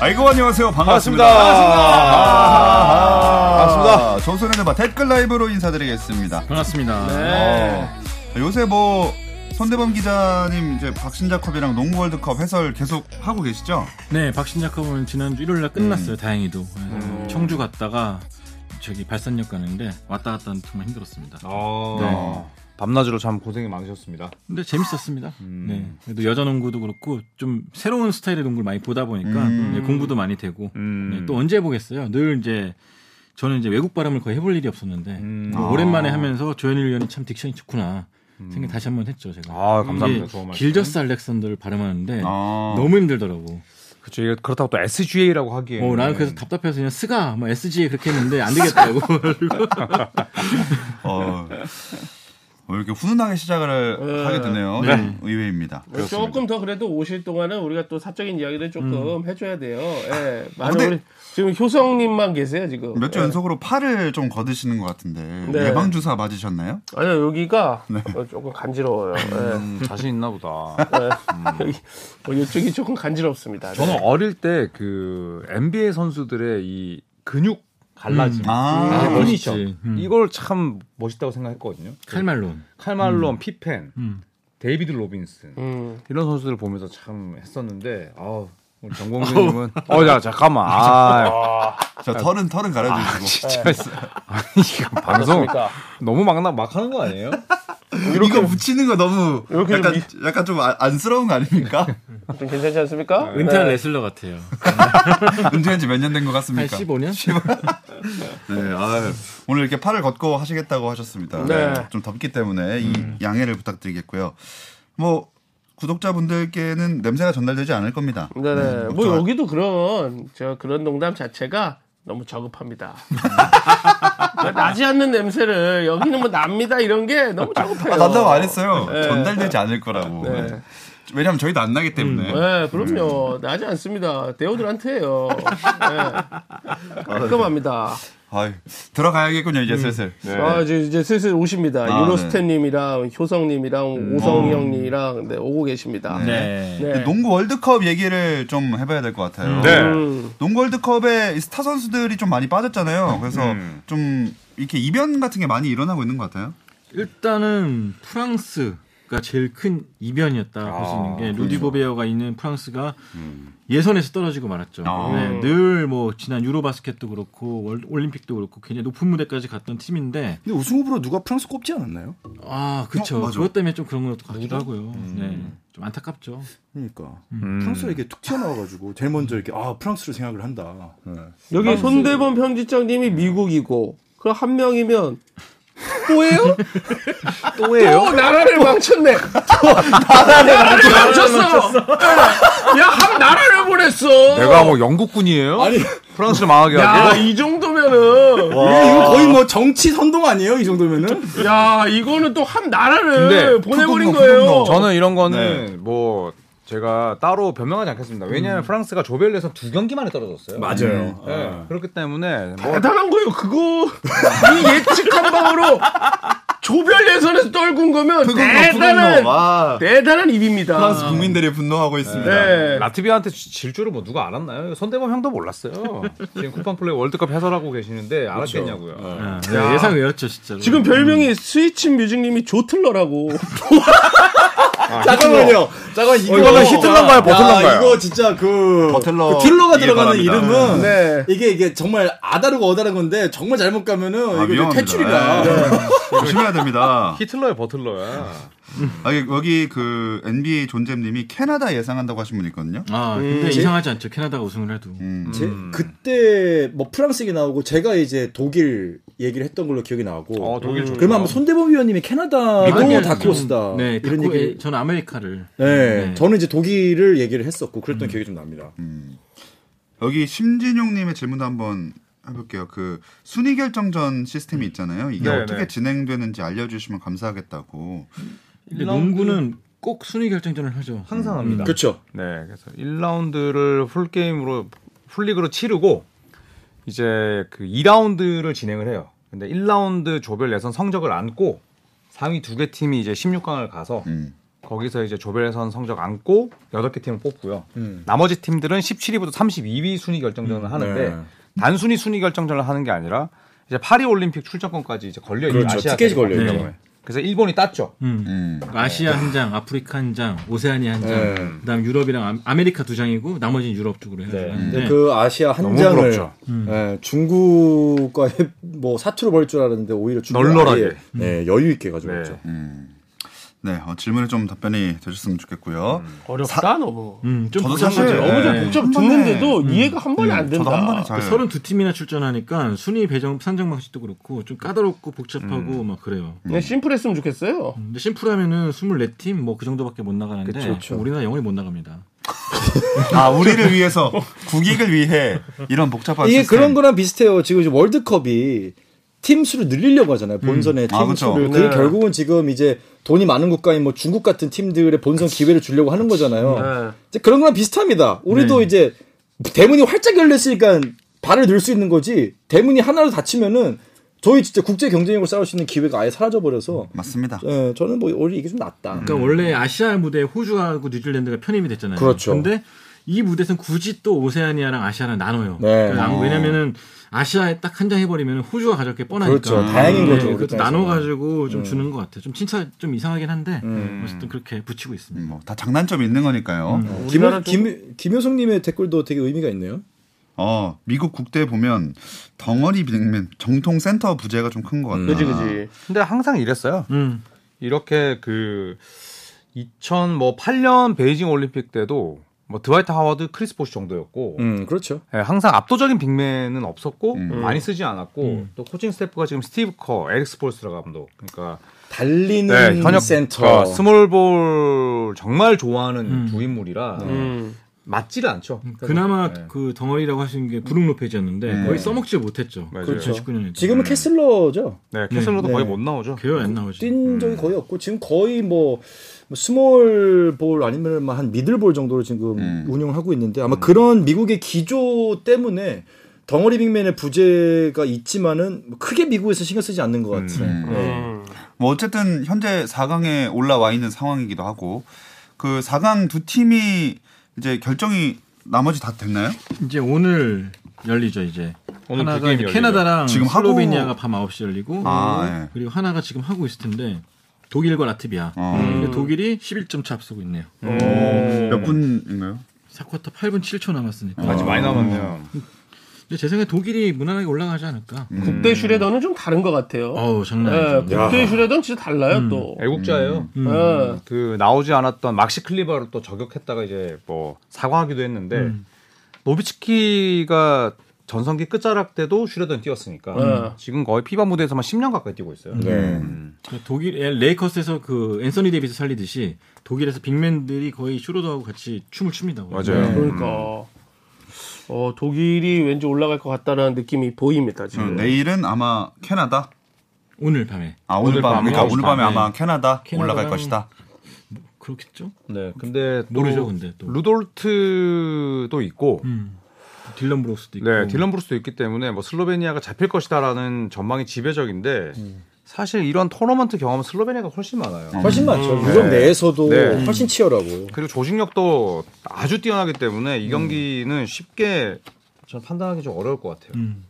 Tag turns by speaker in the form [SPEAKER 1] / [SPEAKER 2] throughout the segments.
[SPEAKER 1] 아이고 안녕하세요 반갑습니다.
[SPEAKER 2] 반갑습니다.
[SPEAKER 1] 반갑습니다. 조선의 바 댓글 라이브로 인사드리겠습니다.
[SPEAKER 3] 반갑습니다.
[SPEAKER 2] 네.
[SPEAKER 1] 네. 어, 요새 뭐 손대범 기자님 이제 박신자 컵이랑 농구 월드컵 해설 계속 하고 계시죠?
[SPEAKER 3] 네, 박신자컵은 지난주 일요일 날
[SPEAKER 2] 음.
[SPEAKER 3] 끝났어요. 다행히도 청주 갔다가 저기 발산역 가는데 왔다 갔다 정말 힘들었습니다. 아.
[SPEAKER 2] 어, 밤낮으로 참 고생이 많으셨습니다.
[SPEAKER 3] 근데 재밌었습니다.
[SPEAKER 2] 음.
[SPEAKER 3] 네, 그래도 여자 농구도 그렇고 좀 새로운 스타일의 농구를 많이 보다 보니까
[SPEAKER 1] 음.
[SPEAKER 3] 네, 공부도 많이 되고
[SPEAKER 2] 음.
[SPEAKER 3] 네, 또 언제 해보겠어요? 늘 이제 저는 이제 외국 발음을 거의 해볼 일이 없었는데
[SPEAKER 2] 음.
[SPEAKER 3] 뭐
[SPEAKER 1] 아.
[SPEAKER 3] 오랜만에 하면서 조현일 위원이 참 딕션이 좋구나 생각 다시 한번 했죠 제가.
[SPEAKER 2] 음. 아, 감사합니다.
[SPEAKER 3] 이게
[SPEAKER 2] 좋은 말씀.
[SPEAKER 3] 길저스 알렉산더를 발음하는데
[SPEAKER 1] 아.
[SPEAKER 3] 너무 힘들더라고.
[SPEAKER 2] 그렇죠. 이게 그렇다고 또 SGA라고 하기에.
[SPEAKER 3] 어, 나는 그래서 답답해서 그냥 스가 뭐 SG에 그렇게 했는데 안 되겠다고.
[SPEAKER 1] 어, 왜 이렇게 훈훈하게 시작을
[SPEAKER 4] 네.
[SPEAKER 1] 하게 되네요.
[SPEAKER 3] 네.
[SPEAKER 1] 좀 의외입니다.
[SPEAKER 4] 뭐 조금 더 그래도 오실 동안은 우리가 또 사적인 이야기를 조금 해줘야 돼요. 예.
[SPEAKER 1] 음. 아,
[SPEAKER 4] 많은
[SPEAKER 1] 근데-
[SPEAKER 4] 우리 지금 효성님만 계세요 지금.
[SPEAKER 1] 몇 주
[SPEAKER 4] 예.
[SPEAKER 1] 연속으로 팔을 좀 거드시는 것 같은데
[SPEAKER 4] 네.
[SPEAKER 1] 예방 주사 맞으셨나요?
[SPEAKER 4] 아니요 여기가
[SPEAKER 1] 네.
[SPEAKER 4] 어, 조금 간지러워요. 예.
[SPEAKER 2] 음, 자신 있나 보다.
[SPEAKER 4] 예. 여기 뭐 이쪽이 조금 간지럽습니다.
[SPEAKER 2] 저는
[SPEAKER 4] 네.
[SPEAKER 2] 어릴 때 그 NBA 선수들의 이 근육 갈라짐.
[SPEAKER 1] 아,
[SPEAKER 3] 음.
[SPEAKER 2] 멋있죠.
[SPEAKER 3] 멋있지. 음.
[SPEAKER 2] 이걸 참 멋있다고 생각했거든요.
[SPEAKER 3] 칼말론.
[SPEAKER 2] 칼말론, 피펜,
[SPEAKER 3] 음.
[SPEAKER 2] 데이비드 로빈슨
[SPEAKER 4] 음.
[SPEAKER 2] 이런 선수들 을 보면서 참 했었는데 아 우리 정공주님은 어야 잠깐만 아
[SPEAKER 1] 자 털은 털은 가려주시고
[SPEAKER 2] 진짜 아니 이거 방송
[SPEAKER 4] 그러니까
[SPEAKER 2] 너무 막나 막 하는 거 아니에요?
[SPEAKER 1] 이거 붙이는 거 너무
[SPEAKER 4] 이렇게 좀
[SPEAKER 1] 약간 약간 좀 아- 안쓰러운 거 아닙니까?
[SPEAKER 4] 좀 괜찮지
[SPEAKER 1] 네.
[SPEAKER 4] 않습니까?
[SPEAKER 3] 은퇴한 레슬러 같아요. 그러니까.
[SPEAKER 1] 은퇴한 지 몇 년 된 것
[SPEAKER 3] 한
[SPEAKER 1] 같습니까?
[SPEAKER 3] 15년?
[SPEAKER 1] 네, 아유. 오늘 이렇게 팔을 걷고 하시겠다고 하셨습니다.
[SPEAKER 4] 네. 음.
[SPEAKER 1] 좀 덥기 때문에 이 양해를 부탁드리겠고요. 뭐 구독자분들께는 냄새가 전달되지 않을 겁니다.
[SPEAKER 4] 네네.
[SPEAKER 1] 음,
[SPEAKER 4] 뭐
[SPEAKER 1] 걱정-
[SPEAKER 4] 여기도 그런 저 그런 농담 자체가 너무 저급합니다. 그러니까 나지 않는 냄새를 여기는 뭐 납니다 이런 게 너무 저급해요.
[SPEAKER 1] 아, 난다고 안 했어요.
[SPEAKER 4] 네.
[SPEAKER 1] 전달되지 않을 거라고.
[SPEAKER 4] 네.
[SPEAKER 1] 왜냐면 저희도 안 나기 때문에.
[SPEAKER 4] 네, 그럼요. 나지 않습니다. 대우들한테요. 네. 깔끔합니다.
[SPEAKER 1] 아유, 들어가야겠군요, 이제 슬슬.
[SPEAKER 4] 아, 이제, 이제 슬슬 오십니다.
[SPEAKER 1] 아,
[SPEAKER 4] 유로스테님이랑 효성님이랑 오성이 형님이랑 네, 오고 계십니다.
[SPEAKER 3] 네.
[SPEAKER 4] 음. 네.
[SPEAKER 1] 농구 월드컵 얘기를 좀 해봐야 될 것 같아요.
[SPEAKER 4] 음,
[SPEAKER 1] 농구 월드컵에 이 스타 선수들이 좀 많이 빠졌잖아요. 그래서
[SPEAKER 2] 음.
[SPEAKER 1] 좀 이렇게 이변 같은 게 많이 일어나고 있는 것 같아요.
[SPEAKER 3] 일단은 프랑스가 제일 큰 이변이었다 볼 수
[SPEAKER 1] 아,
[SPEAKER 3] 있는 게
[SPEAKER 1] 그렇죠.
[SPEAKER 3] 루디 고베어가 있는 프랑스가 예선에서 떨어지고 말았죠.
[SPEAKER 1] 음. 아.
[SPEAKER 3] 늘 뭐 지난 유로바스켓도 그렇고 월- 올림픽도 그렇고 굉장히 높은 무대까지 갔던 팀인데
[SPEAKER 5] 근데 우승 후보로 누가 프랑스 꼽지 않았나요?
[SPEAKER 3] 아
[SPEAKER 1] 어,
[SPEAKER 3] 그렇죠.
[SPEAKER 1] 맞아.
[SPEAKER 3] 그것 때문에 좀 그런 것도 같기도 하고요. 네. 좀 안타깝죠.
[SPEAKER 5] 그러니까
[SPEAKER 1] 음.
[SPEAKER 5] 프랑스가
[SPEAKER 2] 음.
[SPEAKER 5] 이게 툭 튀어나와가지고 제일 먼저 이렇게 아 프랑스를 생각을 한다.
[SPEAKER 1] 네.
[SPEAKER 4] 여기 손대범 편집장님이 미국이고 그 한 명이면 또예요? 또예요? 또 나라를 망쳤네. 또 나라를 망쳤어. 야, 한 나라를 보냈어.
[SPEAKER 2] 내가 뭐 영국군이에요? 프랑스를 망하게
[SPEAKER 4] 야,
[SPEAKER 2] 하게?
[SPEAKER 4] 이 정도면은
[SPEAKER 5] 이게 이거 거의 뭐 정치 선동 아니에요? 이 정도면은?
[SPEAKER 4] 야, 이거는 또 한 나라를
[SPEAKER 2] 근데
[SPEAKER 4] 예, 보내버린
[SPEAKER 1] 푸근거,
[SPEAKER 4] 거예요.
[SPEAKER 1] 푸근거.
[SPEAKER 2] 저는 이런 거는 뭐 제가 따로 변명하지 않겠습니다. 왜냐하면 프랑스가 조별리에서 두 경기만에 떨어졌어요.
[SPEAKER 5] 맞아요.
[SPEAKER 2] 네, 그렇기 때문에 뭐
[SPEAKER 4] 대단한 거예요. 그거 이 예측한 방으로 조별 예선에서 떨군 거면
[SPEAKER 1] 뭐
[SPEAKER 5] 네.
[SPEAKER 4] 대단한
[SPEAKER 1] 와.
[SPEAKER 4] 대단한 입입니다.
[SPEAKER 1] 아.
[SPEAKER 5] 아.
[SPEAKER 1] 프랑스 국민들이 분노하고 있습니다.
[SPEAKER 4] 네.
[SPEAKER 2] 라트비아한테 지- 질 줄을 뭐 누가 알았나요? 손대범 형도 몰랐어요. 지금 쿠팡 플레이 월드컵 해설하고 계시는데 알았겠냐고요.
[SPEAKER 3] 아, 네, 예상 외였죠 진짜로.
[SPEAKER 4] 지금 별명이 스위치 뮤직님이 조틀러라고.
[SPEAKER 1] 아,
[SPEAKER 5] 잠깐만요. 어, 잠깐
[SPEAKER 2] 이거는 히틀러인가요? 버틀러인가요?
[SPEAKER 5] 이거 진짜 그
[SPEAKER 1] 버틀러
[SPEAKER 5] 그 딜러가 들어가는
[SPEAKER 1] 이해가 갑니다.
[SPEAKER 5] 이름은
[SPEAKER 4] 네.
[SPEAKER 5] 이게 이게 정말 아다르고 어다른 건데 정말 잘못 가면은
[SPEAKER 1] 아,
[SPEAKER 5] 이거
[SPEAKER 1] 위험합니다.
[SPEAKER 5] 이제 퇴출이라.
[SPEAKER 1] 네. 조심해야 됩니다.
[SPEAKER 2] 히틀러의 버틀러야.
[SPEAKER 1] 아, 여기 그 NBA 존잼님이 캐나다 예상한다고 하신 분이 있거든요.
[SPEAKER 3] 아
[SPEAKER 1] 음.
[SPEAKER 3] 근데
[SPEAKER 5] 제-
[SPEAKER 3] 이상하지 않죠. 캐나다가 우승을 해도.
[SPEAKER 5] 제- 그때 뭐 프랑스 얘기 나오고 제가 이제 독일 얘기를 했던 걸로 기억이 나고 음.
[SPEAKER 2] 어, 독일 좋죠.
[SPEAKER 5] 그러면 아마 손대범 위원님이 캐나다도
[SPEAKER 3] 아니요,
[SPEAKER 5] 다크호스다
[SPEAKER 3] 네, 음.
[SPEAKER 5] 이런
[SPEAKER 3] 다크-
[SPEAKER 5] 얘기.
[SPEAKER 3] 예, 저는 아메리카를.
[SPEAKER 5] 네, 저는 이제 독일을 얘기를 했었고 그랬던 기억이 좀 납니다.
[SPEAKER 1] 여기 심진용님의 질문도 한번 해볼게요. 그 순위 결정전 시스템이 있잖아요. 이게
[SPEAKER 2] 네,
[SPEAKER 1] 어떻게
[SPEAKER 2] 네.
[SPEAKER 1] 진행되는지 알려주시면 감사하겠다고.
[SPEAKER 3] 근데 농구는 꼭 순위 결정전을 하죠.
[SPEAKER 2] 항상
[SPEAKER 4] 음.
[SPEAKER 2] 합니다.
[SPEAKER 5] 그렇죠.
[SPEAKER 2] 네, 그래서 1라운드를 풀 게임으로 풀리그로 치르고 이제 그 2라운드를 진행을 해요. 근데 1라운드 조별 예선 성적을 안고 상위 두 개 팀이 이제 16강을 가서
[SPEAKER 1] 음.
[SPEAKER 2] 거기서 이제 조별선 성적 안고 8개 팀을 뽑고요. 나머지 팀들은 17위부터 32위 순위 결정전을 하는데
[SPEAKER 5] 음. 네.
[SPEAKER 2] 단순히 순위 결정전을 하는 게 아니라 이제 파리 올림픽 출전권까지 이제 걸려 있는
[SPEAKER 5] 그렇죠.
[SPEAKER 2] 아시아
[SPEAKER 5] 티켓이
[SPEAKER 2] 대륙 같은
[SPEAKER 5] 걸려있죠.
[SPEAKER 2] 경우에. 그래서 일본이 땄죠.
[SPEAKER 1] 음.
[SPEAKER 3] 아시아 한 장, 아프리카 한 장, 오세아니아 한 장,
[SPEAKER 5] 네.
[SPEAKER 3] 그다음 유럽이랑 아- 아메리카 두 장이고 나머지는 유럽 쪽으로 네. 해야 되는데
[SPEAKER 5] 근데 그 아시아 한
[SPEAKER 2] 네. 너무
[SPEAKER 5] 장을
[SPEAKER 2] 부럽죠. 음.
[SPEAKER 5] 예, 중국과의 뭐 사투를 벌 줄 알았는데 오히려 중국
[SPEAKER 2] 널널하게. 음.
[SPEAKER 5] 여유 있게 가져왔죠.
[SPEAKER 1] 네, 어, 질문에 좀 답변이 되셨으면 좋겠고요.
[SPEAKER 4] 어렵다 너무. 뭐.
[SPEAKER 3] 음, 좀
[SPEAKER 1] 저도
[SPEAKER 3] 복잡해요. 그
[SPEAKER 1] 사실
[SPEAKER 4] 너무 좀
[SPEAKER 1] 네.
[SPEAKER 4] 복잡
[SPEAKER 1] 한 번에- 음.
[SPEAKER 4] 듣는데도 이해가 한 번에 안 된다.
[SPEAKER 1] 저도 한 번에 잘.
[SPEAKER 3] 32팀이나 출전하니까 순위 배정 산정 방식도 그렇고 좀 까다롭고 복잡하고
[SPEAKER 5] 음.
[SPEAKER 3] 막 그래요.
[SPEAKER 1] 음.
[SPEAKER 4] 그냥 네, 심플했으면 좋겠어요.
[SPEAKER 3] 근데 심플하면은 24팀 뭐 그 정도밖에 못 나가는데
[SPEAKER 5] 그쵸, 그쵸.
[SPEAKER 3] 우리나라 영원히 못 나갑니다.
[SPEAKER 1] 아, 우리를 위해서 국익을 위해 이런 복잡한
[SPEAKER 5] 이게
[SPEAKER 1] 시스템.
[SPEAKER 5] 그런 거랑 비슷해요. 지금 이제 월드컵이 팀 수를 늘리려고 하잖아요. 본선의
[SPEAKER 2] 음.
[SPEAKER 5] 팀
[SPEAKER 1] 아, 그쵸.
[SPEAKER 5] 수를.
[SPEAKER 4] 네.
[SPEAKER 5] 그게 결국은 지금 이제 돈이 많은 국가인 뭐 중국 같은 팀들의 본선 기회를 주려고 하는 거잖아요.
[SPEAKER 4] 네.
[SPEAKER 5] 이제 그런 거랑 비슷합니다. 우리도
[SPEAKER 2] 네.
[SPEAKER 5] 이제 대문이 활짝 열렸으니까 발을 넣을 수 있는 거지. 대문이 하나로 닫히면은 저희 진짜 국제 경쟁력을 쌓을 수 있는 기회가 아예 사라져 버려서
[SPEAKER 1] 맞습니다.
[SPEAKER 5] 예, 저는 뭐 오히려 이게 좀 낫다.
[SPEAKER 3] 그러니까 원래 아시아 무대에 호주하고 뉴질랜드가 편입이 됐잖아요.
[SPEAKER 5] 음. 그렇죠.
[SPEAKER 3] 근데 이 무대에서는 굳이 또 오세아니아랑 아시아랑 나눠요.
[SPEAKER 5] 네.
[SPEAKER 3] 그러니까 남-
[SPEAKER 1] 어.
[SPEAKER 3] 왜냐면은 아시아에 딱 한 장 해버리면 호주가 가져올 게 뻔하니까. 네,
[SPEAKER 5] 그렇죠. 다행인 거죠, 우리
[SPEAKER 3] 그것도
[SPEAKER 5] 입장에서는. 음.
[SPEAKER 3] 나눠가지고 좀 주는 것 같아요. 좀 칭찬 좀 이상하긴 한데 어쨌든 그렇게 붙이고 있습니다.
[SPEAKER 1] 뭐 다 장단점이 있는 거니까요.
[SPEAKER 4] 음.
[SPEAKER 5] 김효,
[SPEAKER 4] 우리나라 좀-
[SPEAKER 5] 김, 김효성님의 댓글도 되게 의미가 있네요.
[SPEAKER 1] 어, 미국 국대 보면 덩어리 빅맨 정통 센터 부재가 좀 큰 것 같아요.
[SPEAKER 4] 그지 그지.
[SPEAKER 2] 근데 항상 이랬어요.
[SPEAKER 3] 음.
[SPEAKER 2] 이렇게 그 뭐 2008년 베이징 올림픽 때도 뭐 드와이트 하워드, 크리스 포시 정도였고
[SPEAKER 5] 음, 그렇죠.
[SPEAKER 2] 예, 항상 압도적인 빅맨은 없었고
[SPEAKER 1] 음.
[SPEAKER 2] 많이 쓰지 않았고 또 코칭 스태프가 지금 스티브 커, 에릭 스폴스라 감독 그러니까 네,
[SPEAKER 5] 달리는 음. 센터.
[SPEAKER 2] 어, 스몰볼 정말 좋아하는
[SPEAKER 3] 음.
[SPEAKER 2] 두 인물이라
[SPEAKER 4] 음.
[SPEAKER 2] 맞지를 않죠.
[SPEAKER 5] 그러니까
[SPEAKER 3] 그나마
[SPEAKER 2] 네.
[SPEAKER 3] 그 덩어리라고 하시는 게 브룩 로페즈였는데
[SPEAKER 1] 음.
[SPEAKER 3] 거의 써먹지 못했죠.
[SPEAKER 2] 맞아요.
[SPEAKER 5] 네. 그렇죠.
[SPEAKER 3] 19년에.
[SPEAKER 5] 지금은 캐슬러죠.
[SPEAKER 2] 네, 캐슬러도
[SPEAKER 5] 네.
[SPEAKER 2] 거의 못 나오죠.
[SPEAKER 3] 개요 안 나오지.
[SPEAKER 5] 뛴 적이 거의 없고 지금 거의 뭐, 뭐 스몰 볼 아니면 한 미들 볼 정도로 지금
[SPEAKER 1] 음.
[SPEAKER 5] 운영을 하고 있는데 아마 그런 미국의 기조 때문에 덩어리 빅맨의 부재가 있지만은 뭐 크게 미국에서 신경 쓰지 않는 것 같아요.
[SPEAKER 4] 음.
[SPEAKER 3] 네.
[SPEAKER 1] 뭐 어쨌든 현재 4강에 올라와 있는 상황이기도 하고 그 4강 두 팀이 이제 결정이 나머지 다 됐나요?
[SPEAKER 3] 이제 오늘 열리죠 이제.
[SPEAKER 2] 오늘
[SPEAKER 3] 하나가
[SPEAKER 2] 두 게임이
[SPEAKER 3] 이제
[SPEAKER 2] 열리죠.
[SPEAKER 3] 캐나다랑
[SPEAKER 1] 지금 하고-
[SPEAKER 3] 슬로베니아가 밤 9시 열리고
[SPEAKER 1] 아, 예.
[SPEAKER 3] 그리고 하나가 지금 하고 있을 텐데 독일과 라트비아.
[SPEAKER 1] 어. 뭐
[SPEAKER 3] 근데 독일이 11점 차 앞서고 있네요.
[SPEAKER 1] 몇 분인가요?
[SPEAKER 3] 4쿼터 8분 7초 남았으니까.
[SPEAKER 2] 음. 아직 많이 남았네요.
[SPEAKER 3] 근데 제 생각에 독일이 무난하게 올라가지 않을까.
[SPEAKER 1] 음.
[SPEAKER 2] 음.
[SPEAKER 4] 국대 슈레더는 좀 다른 것 같아요.
[SPEAKER 3] 어우 장난
[SPEAKER 2] 네,
[SPEAKER 4] 예,
[SPEAKER 3] 아니죠.
[SPEAKER 4] 국대 슈레더는 진짜 달라요
[SPEAKER 1] 음.
[SPEAKER 4] 또.
[SPEAKER 3] 음.
[SPEAKER 2] 애국자예요.
[SPEAKER 4] 예.
[SPEAKER 3] 어.
[SPEAKER 2] 그 나오지 않았던 막시 클리바를 또 저격했다가 이제 뭐 사과하기도 했는데
[SPEAKER 3] 음.
[SPEAKER 2] 노비츠키가 전성기 끝자락 때도 슈레던 뛰었으니까
[SPEAKER 3] 어.
[SPEAKER 4] 네.
[SPEAKER 2] 지금 거의 피바 무대에서만 10년 가까이 뛰고 있어요.
[SPEAKER 1] 음.
[SPEAKER 3] 그 독일 에, 레이커스에서 그 앤서니 데이비스 살리듯이 독일에서 빅맨들이 거의 슈로더하고 같이 춤을 춥니다. 네. 오늘.
[SPEAKER 2] 맞아요.
[SPEAKER 4] 그러니까 어, 독일이 왠지 올라갈 것 같다라는 느낌이 보입니다
[SPEAKER 1] 어,
[SPEAKER 4] 지금.
[SPEAKER 1] 내일은 아마 캐나다.
[SPEAKER 3] 오늘 밤에
[SPEAKER 1] 아 오늘, 밤,
[SPEAKER 2] 밤이요?
[SPEAKER 1] 그러니까 오늘 밤에
[SPEAKER 3] 밤에.
[SPEAKER 1] 아마 캐나다
[SPEAKER 3] 캐나다랑-
[SPEAKER 1] 올라갈 것이다.
[SPEAKER 3] 그렇겠죠?
[SPEAKER 2] 네, 근데 또
[SPEAKER 3] 모르죠, 근데 또.
[SPEAKER 2] 루돌트도 있고
[SPEAKER 3] 음. 딜런 브록스도 있고.
[SPEAKER 2] 네, 딜런 브루스도 있기 때문에 뭐 슬로베니아가 잡힐 것이다라는 전망이 지배적인데
[SPEAKER 3] 음.
[SPEAKER 2] 사실 이런 토너먼트 경험은 슬로베니아가 훨씬 많아요.
[SPEAKER 3] 네.
[SPEAKER 5] 훨씬 많죠. 유럽 내에서도
[SPEAKER 2] 네.
[SPEAKER 5] 훨씬 치열하고.
[SPEAKER 2] 그리고 조직력도 아주 뛰어나기 때문에
[SPEAKER 3] 음.
[SPEAKER 2] 이 경기는 쉽게 저는 판단하기 좀 어려울 것 같아요.
[SPEAKER 3] 음.